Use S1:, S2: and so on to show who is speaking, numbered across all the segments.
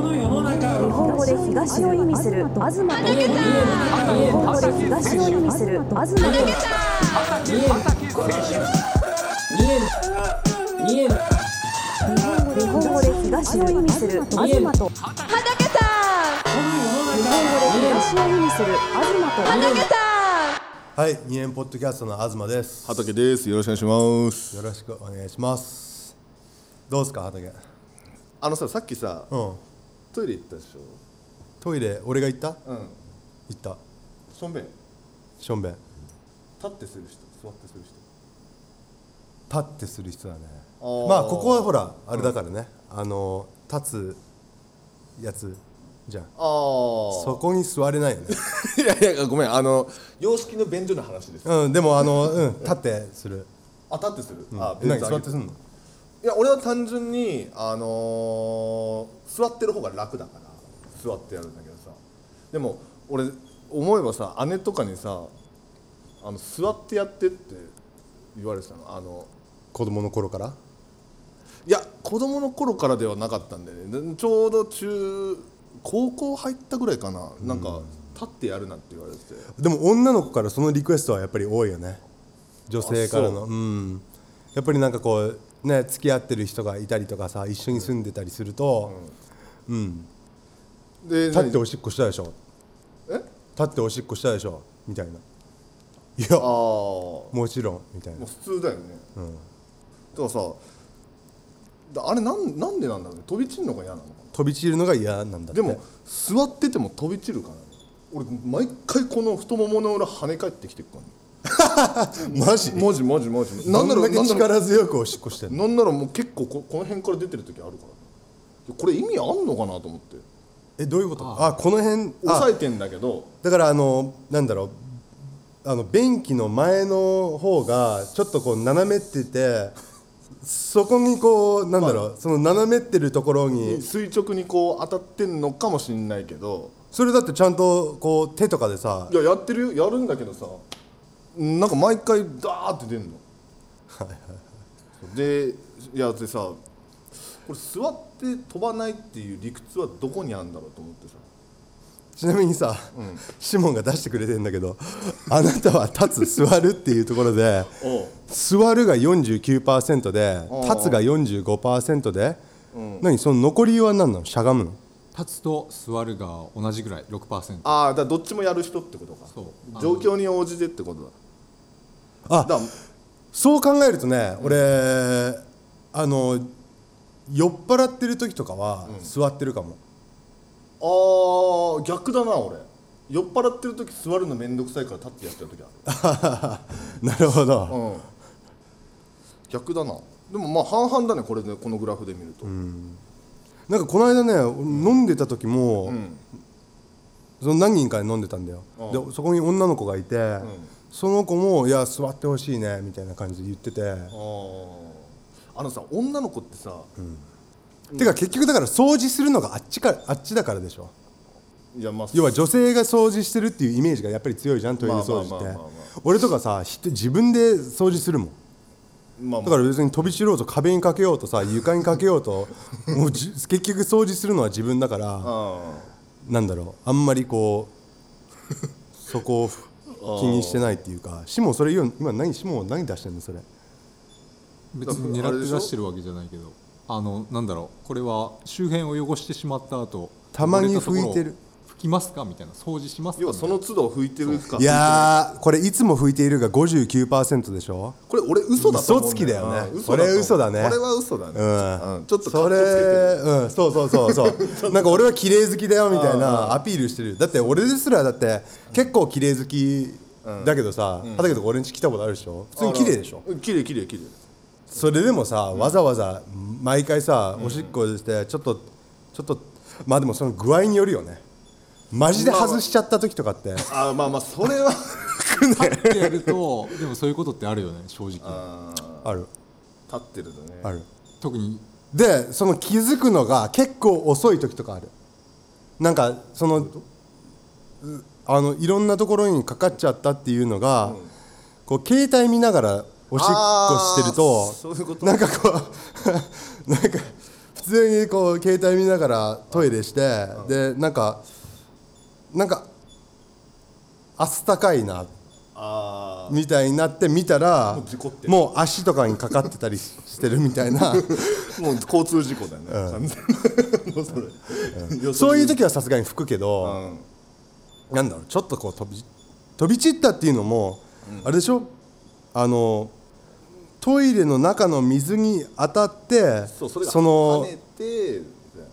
S1: の世の中
S2: 日本語で東を意味する東と日本語で東を意味する東と日本語で東を意味する東と日本語で東を意味する東と
S3: はい、二年ポッドキャストの東です。
S4: 畑です。よろしくお願いします。
S3: よろしくお願いします。どうですか、畑。う
S4: あのさ、さっきさ、
S3: ん。
S4: トイレ行ったでし
S3: トイレ、俺が行った？
S4: ょ。うん。
S3: 行った。
S4: しょんべん。立
S3: しょんべん。
S4: ってする人、座ってする人。
S3: 立ってする人だね。
S4: あー
S3: まあここはほらあれだからね。あの立つやつじゃん。
S4: ああ。
S3: そこに座れないよね。
S4: いやいや、ごめん、あの、洋式の便所の話です。
S3: うん。でもあのうん立ってする。
S4: あ、立ってする。あ、
S3: 何
S4: 上げ
S3: 座ってすんの？
S4: いや、俺は単純に、あのー、座ってる方が楽だから。座ってやるんだけどさ。でも、俺、思えばさ、姉とかにさ。あの、座ってやってって。言われてたの、あの。
S3: 子供の頃から？
S4: いや子供の頃からではなかったんでねちょうど中高校入ったぐらいかななんか立ってやるなって言われてて
S3: でも女の子からそのリクエストはやっぱり多いよね女性から
S4: あ
S3: の
S4: そううん
S3: やっぱりなんかこうね付き合ってる人がいたりとかさ一緒に住んでたりすると、
S4: で
S3: 立って
S4: 何
S3: おしっこしたでしょ
S4: え
S3: 立っておしっこしたでしょみたいない
S4: ああ
S3: や
S4: も
S3: もちろんみたいうな
S4: 普通だよね、だからさだあれなんなんでなんだろうね飛び散るのが嫌なのかな
S3: 飛び散るのが嫌なんだって
S4: でも座ってても飛び散るからね俺毎回この太ももの裏跳ね返ってきてるからね
S3: マジ
S4: マジマジマジ
S3: なんだろ
S4: な
S3: うだ
S4: ん
S3: け
S4: なら
S3: 力強くおしっこしてんの
S4: なんならもう結構ここの辺から出てる時あるからねこれ意味あんのかなと思って
S3: えどういうことあこの辺あ
S4: 抑えてんだけど
S3: だからあのなんだろうあの便器の前の方がちょっとこう斜めっててそこにこうなんだろう、その斜めってるところに
S4: 垂直にこう当たってんのかもしんないけど
S3: それだってちゃんとこう手とかでさ
S4: いややってるよやるんだけどさなんか毎回ダーって出んのでいやでさこれ座って飛ばないっていう理屈はどこにあるんだろうと思ってさ
S3: ちなみにさ、シモンが出してくれてんだけどあなたは立つ座るっていうところで
S4: おう
S3: 座るが49%で立つが45%で、何その残りは何なのしゃがむの
S5: 立つと座るが同じぐらい6%
S4: ああだからどっちもやる人ってことか
S5: そう
S4: 状況に応じてってことだ
S3: あ
S4: だから
S3: そう考えるとね、俺あの酔っ払ってる時とかは座ってるかも、
S4: あー逆だな俺酔っ払ってる時座るの面倒くさいから立ってやっちゃう時ある
S3: なるほど、
S4: うん、逆だなでもまあ半々だねこれでこのグラフで見ると、
S3: なんかこの間ね飲んでた時も、その何人かで飲んでたんだよ、でそこに女の子がいて、その子も「いや座ってほしいね」みたいな感じで言ってて、
S4: あーあのさ女の子ってさ、
S3: てか結局だから掃除するのがあっちからあっちだからでしょ
S4: いやまあ
S3: 要は女性が掃除してるっていうイメージがやっぱり強いじゃんトイレ掃除っ
S4: まあまあまあまあま
S3: て俺とかさひ自分で掃除するもん
S4: まあ
S3: だ
S4: ま
S3: か
S4: あ
S3: ら別に飛び散ろうと壁にかけようとさ床にかけようともうじ結局掃除するのは自分だから
S4: あ
S3: なんだろうあんまりこうそこをふ気にしてないっていうかシモンそれ言う今何シモン何出してんのそれ
S5: 別に
S4: だからあれで
S5: 狙っ
S4: してょ
S5: 出してるわけじゃないけどあのなんだろうこれは周辺を汚してしまった後
S3: たまに
S5: 汚れところ
S3: 拭いてる
S5: 拭きますかみたいな掃除しますか
S4: 要はその都度拭いてるか
S3: いやーこれいつも拭いているが59%でしょ
S4: これ俺嘘だと思う
S3: 嘘つきだよね
S4: うん
S3: これ嘘だね
S4: これは嘘だね、
S3: うん
S4: ちょっと
S3: それ、うん、そうそうそうそう なんか俺は綺麗好きだよみたいなアピールしてるだって俺ですらだって結構綺麗好きだけどさ、畑とか俺ん家来たことあるでしょ普通に綺麗でしょ
S4: ょ綺麗綺麗綺麗
S3: それでもさわざわざ毎回さおしっこしてちょっとちょっとまあでもその具合によるよねマジで外しちゃった時とかって
S4: あーまあまあそれは
S5: 立ってやると でもそういうことってあるよね正直
S3: ある
S4: 立ってるだね
S3: ある
S5: 特に
S3: でその気づくのが結構遅い時とかあるなんかそのうあのいろんなところにかかっちゃったっていうのが、こう携帯見ながらおしっこしてる
S4: あーそういうこと
S3: なんかこう なんか普通にこう携帯見ながらトイレしてでなんかなんかあったかいな
S4: あ
S3: みたいになって見たら
S4: う事故ってる
S3: もう足とかにかかってたりしてるみたい な
S4: あもう交通事故だよね、完全に もうそれ、予測
S3: そういう時はさすがに拭くけど、
S4: ん
S3: なんだろうちょっとこう飛び飛び散ったっていうのも、あれでしょあのトイレの中の水に当たって
S4: そうそれが
S3: の
S4: 跳ねて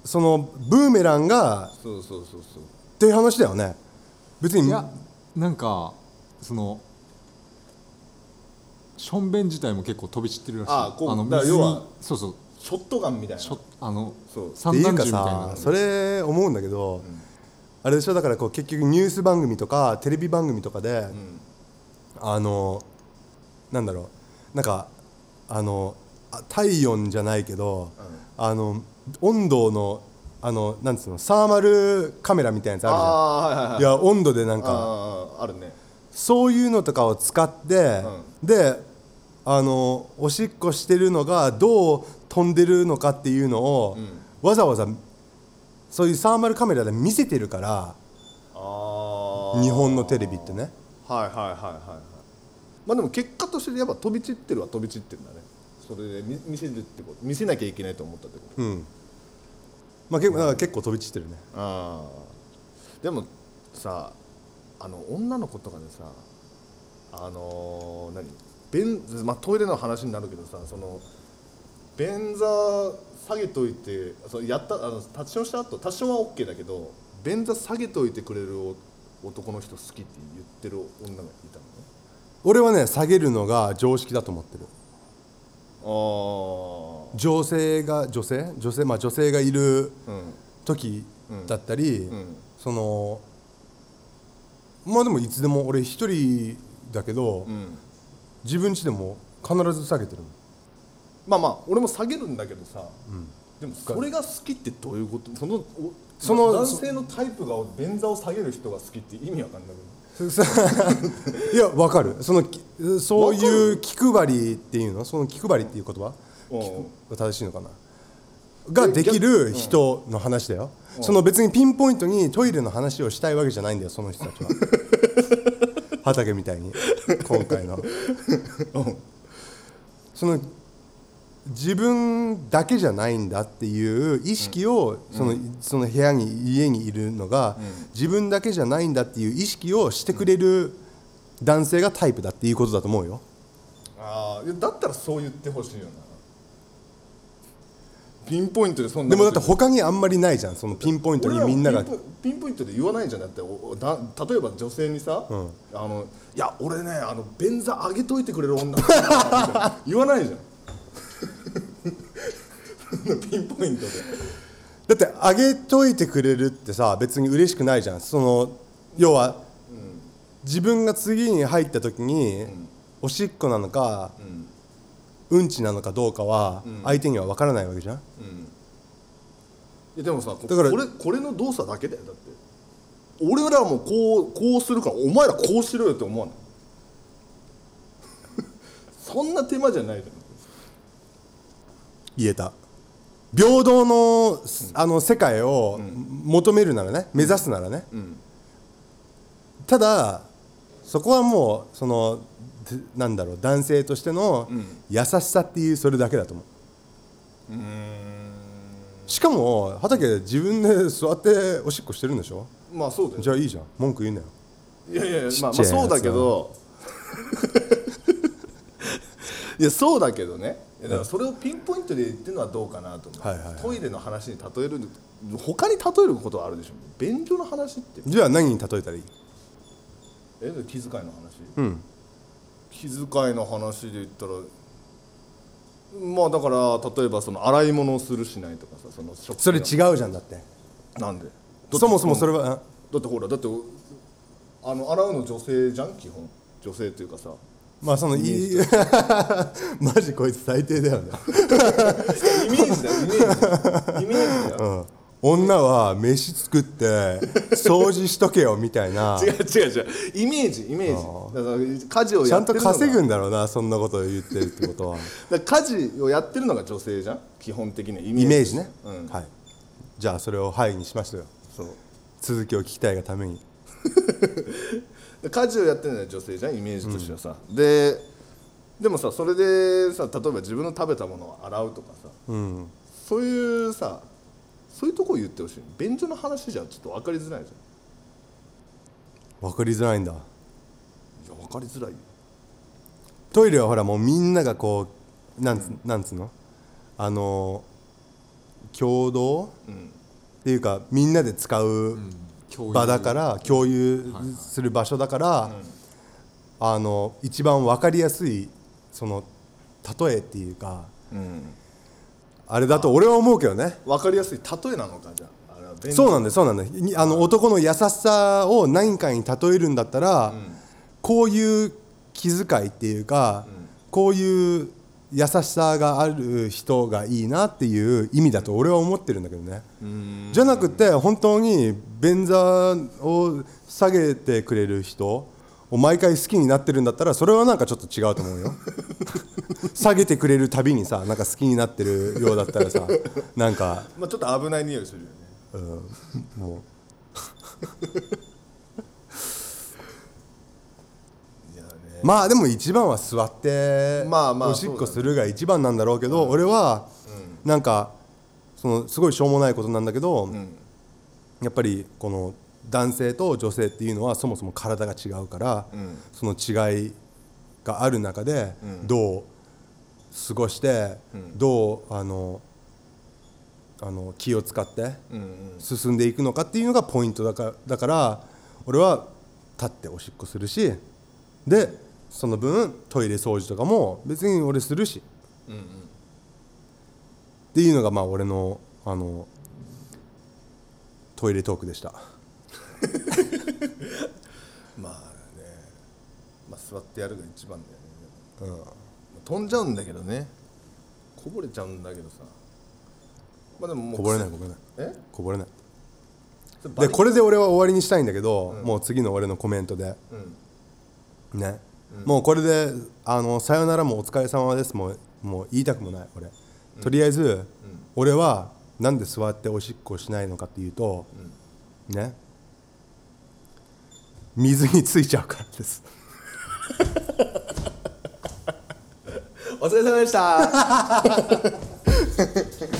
S3: そのブーメランが
S4: そうそうそうそう
S3: っていう話だよね別に
S5: いやなんかそのションベン自体も結構飛び散ってるらしい
S4: あこう
S5: の
S4: だから
S5: 水に
S4: 要は
S5: そうそう
S4: ショットガンみたいな
S5: ちょあの
S4: そう
S5: 三
S3: ってい
S5: 段
S3: う
S5: 銃
S3: か
S5: みたいな
S3: さそれ思うんだけど、あれでしょだからこう結局ニュース番組とかテレビ番組とかで、あのなんだろうなんかあのあ体温じゃないけど、あの温度のあのなんつうのサーマルカメラみたいなやつあ
S4: ああーはい
S3: る
S4: はいはい
S3: じゃんいや温度でなんか
S4: あーあるね
S3: そういうのとかを使って、であのおしっこしてるのがどう飛んでるのかっていうのを、わざわざそういうサーマルカメラで見せてるから
S4: ああ
S3: 日本のテレビってね
S4: はいはいはいはいはいまあでも結果としてやっぱ飛び散ってるは飛び散ってるんだねそれで見見せるってこと見せなきゃいけないと思ったってこと
S3: うん、まあ、結構だから結構飛び散ってるね
S4: あーでもさあの女の子とかでさあのー何便、まあ、トイレの話になるけどさその便座下げといてそうやったあの立ちションした後立ちションは OK だけど便座下げといてくれるお男の人好きって言ってる女がいたのね
S3: 俺はね下げるのが常識だと思ってる
S4: あ
S3: 女性が女性女性まあ女性がいる
S4: あうん
S3: 時だったり、
S4: ん
S3: そのまあでもいつでも俺一人だけど、
S4: うん
S3: 自分家でも必ず下げてるもん
S4: まあまあ俺も下げるんだけどさ、でもそれが好きってどういうことそのお
S3: その
S4: 男性のタイプが便座を下げる人が好きって意味わかんない
S3: いやわかるそのきそういう気配りっていうのその気配りっていう言葉
S4: うん
S3: が正しいのかなができる人の話だよ、その別にピンポイントにトイレの話をしたいわけじゃないんだよその人たちは畑みたいに今回のその自分だけじゃないんだっていう意識を、そのその部屋に家にいるのが、自分だけじゃないんだっていう意識をしてくれる男性がタイプだっていうことだと思うよ
S4: ああいやだったらそう言ってほしいよなピンポイントでそん
S3: で
S4: な
S3: もだ
S4: こ
S3: っ
S4: と
S3: て他にあんまりないじゃんそのピンポイントにみんなが
S4: 俺らもピンポピンポイントで言わないじゃんだっておおだ例えば女性にさ、あのいや俺ねあの便座上げといてくれる女好きだみたいな言わない じゃんそんなピンポイントで
S3: だってあげといてくれるってさ別に嬉しくないじゃんその要は、自分が次に入った時に、おしっこなのか、うん、ちなのかどうかは相手には分からないわけじゃん、
S4: いやでもさこ
S3: だから
S4: これこれの動作だけだよだって俺らもこうこうするからお前らこうしろよって思わない そんな手間じゃないじ
S3: 言えた平等の,、あの世界を求めるならね目指すならね、ただそこはもうそのずなんだろう男性としての優しさっていうそれだけだと思うしかも畑自分で座っておしっこしてるんでしょ
S4: ゃんまあそうだよ
S3: じゃあいいじゃん文句言うなよ
S4: いやいやいやまあ、
S3: ち
S4: ま
S3: っ
S4: あ
S3: ちゃいやつ
S4: そうだけど いやそうだけどねいやだからそれをピンポイントで言ってるのはどうかなと思う、
S3: はいはいはい
S4: トイレの話に例える他に例えることはあるでしょ便所の話って
S3: じゃあ何に例えたらいい
S4: え気遣いの話、気遣いの話で言ったらまあだから例えばその洗い物をするしないとかさその食器の
S3: それ違うじゃんだって
S4: なんでだって
S3: そもそもそれは、うん
S4: だってほらだってあの洗うの女性じゃん基本女性というかさ
S3: まあそのいい マジこいつ最低だよね
S4: イメージだよイメージイメージだよ、
S3: 女は飯作って 掃除しとけよみたいな
S4: 違う違う違うイメージイメージだから家事を
S3: ち
S4: や
S3: ゃ
S4: っ
S3: んと
S4: てるのが
S3: 稼ぐんだろうなそんなことを言ってるってことは
S4: だから家事をやってるのが女性じゃん基本的なイメージ
S3: イメージね、
S4: うん
S3: はいじゃあそれを「はい」にしましたよ
S4: そう
S3: 続きを聞きたいがために
S4: で家事をやってるのは女性じゃんイメージとしてはさ、ででもさそれでさ例えば自分の食べたものを洗うとかさ、そういうさそういうとこ言ってほしい便所の話じゃちょっと分かりづらいじ
S3: 分かりづらいんだ
S4: ゃんいや分かりづらいよ
S3: トイレはほらもうみんながこうなんつ,、なんつうのあの共同、っていうかみんなで使う
S5: 共有
S3: 場だから共有する場所だから、あの一番分かりやすいその例えっていうか、あれだと俺は思うけどね
S4: 分かりやすい例えなのかじゃああれは便
S3: そう
S4: 所
S3: なんだよそうなんだよにあの男の優しさを何かに例えるんだったら、こういう気遣いっていうか、こういう優しさがある人がいいなっていう意味だと俺は思ってるんだけどね、じゃなくて本当に便座を下げてくれる人を毎回好きになってるんだったらそれはなんかちょっと違うと思う よ下げてくれるたびにさなんか好きになってるようだったらさなんか
S4: まあ、ちょっと危ない匂いするよね
S3: もう。
S4: いやね
S3: まあでも一番は座って
S4: まあまあ
S3: おしっこするが一番なんだろうけど俺はなんかそのすごいしょうもないことなんだけどやっぱりこの男性と女性っていうのはそもそも体が違うからその違いがある中でどう過ごしてどうあのあの気を使って進んでいくのかっていうのがポイントだからだから俺は立っておしっこするしでその分トイレ掃除とかも別に俺するし、っていうのがまあ俺のあのトイレトークでした
S4: まあね、まあ、座ってやるが一番だよね、うん、飛んじゃうんだけどねこぼれちゃうんだけどさまあでももう
S3: こぼれないこぼれない
S4: え
S3: こぼれない
S4: それバ
S3: で
S4: リ
S3: これで俺は終わりにしたいんだけど、もう次の俺のコメントで、ね、もうこれであの「さよならもお疲れ様です」もうもう言いたくもない俺とりあえず、俺はなんで座っておしっこをしないのかっていうと、ね水についちゃうからです
S4: お疲れ様でした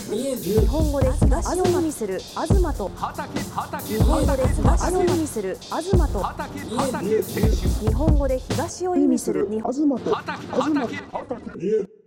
S2: 日本語で東を意味する東と日本語で東を意味する東と日本語で東を意味する日本
S1: 東と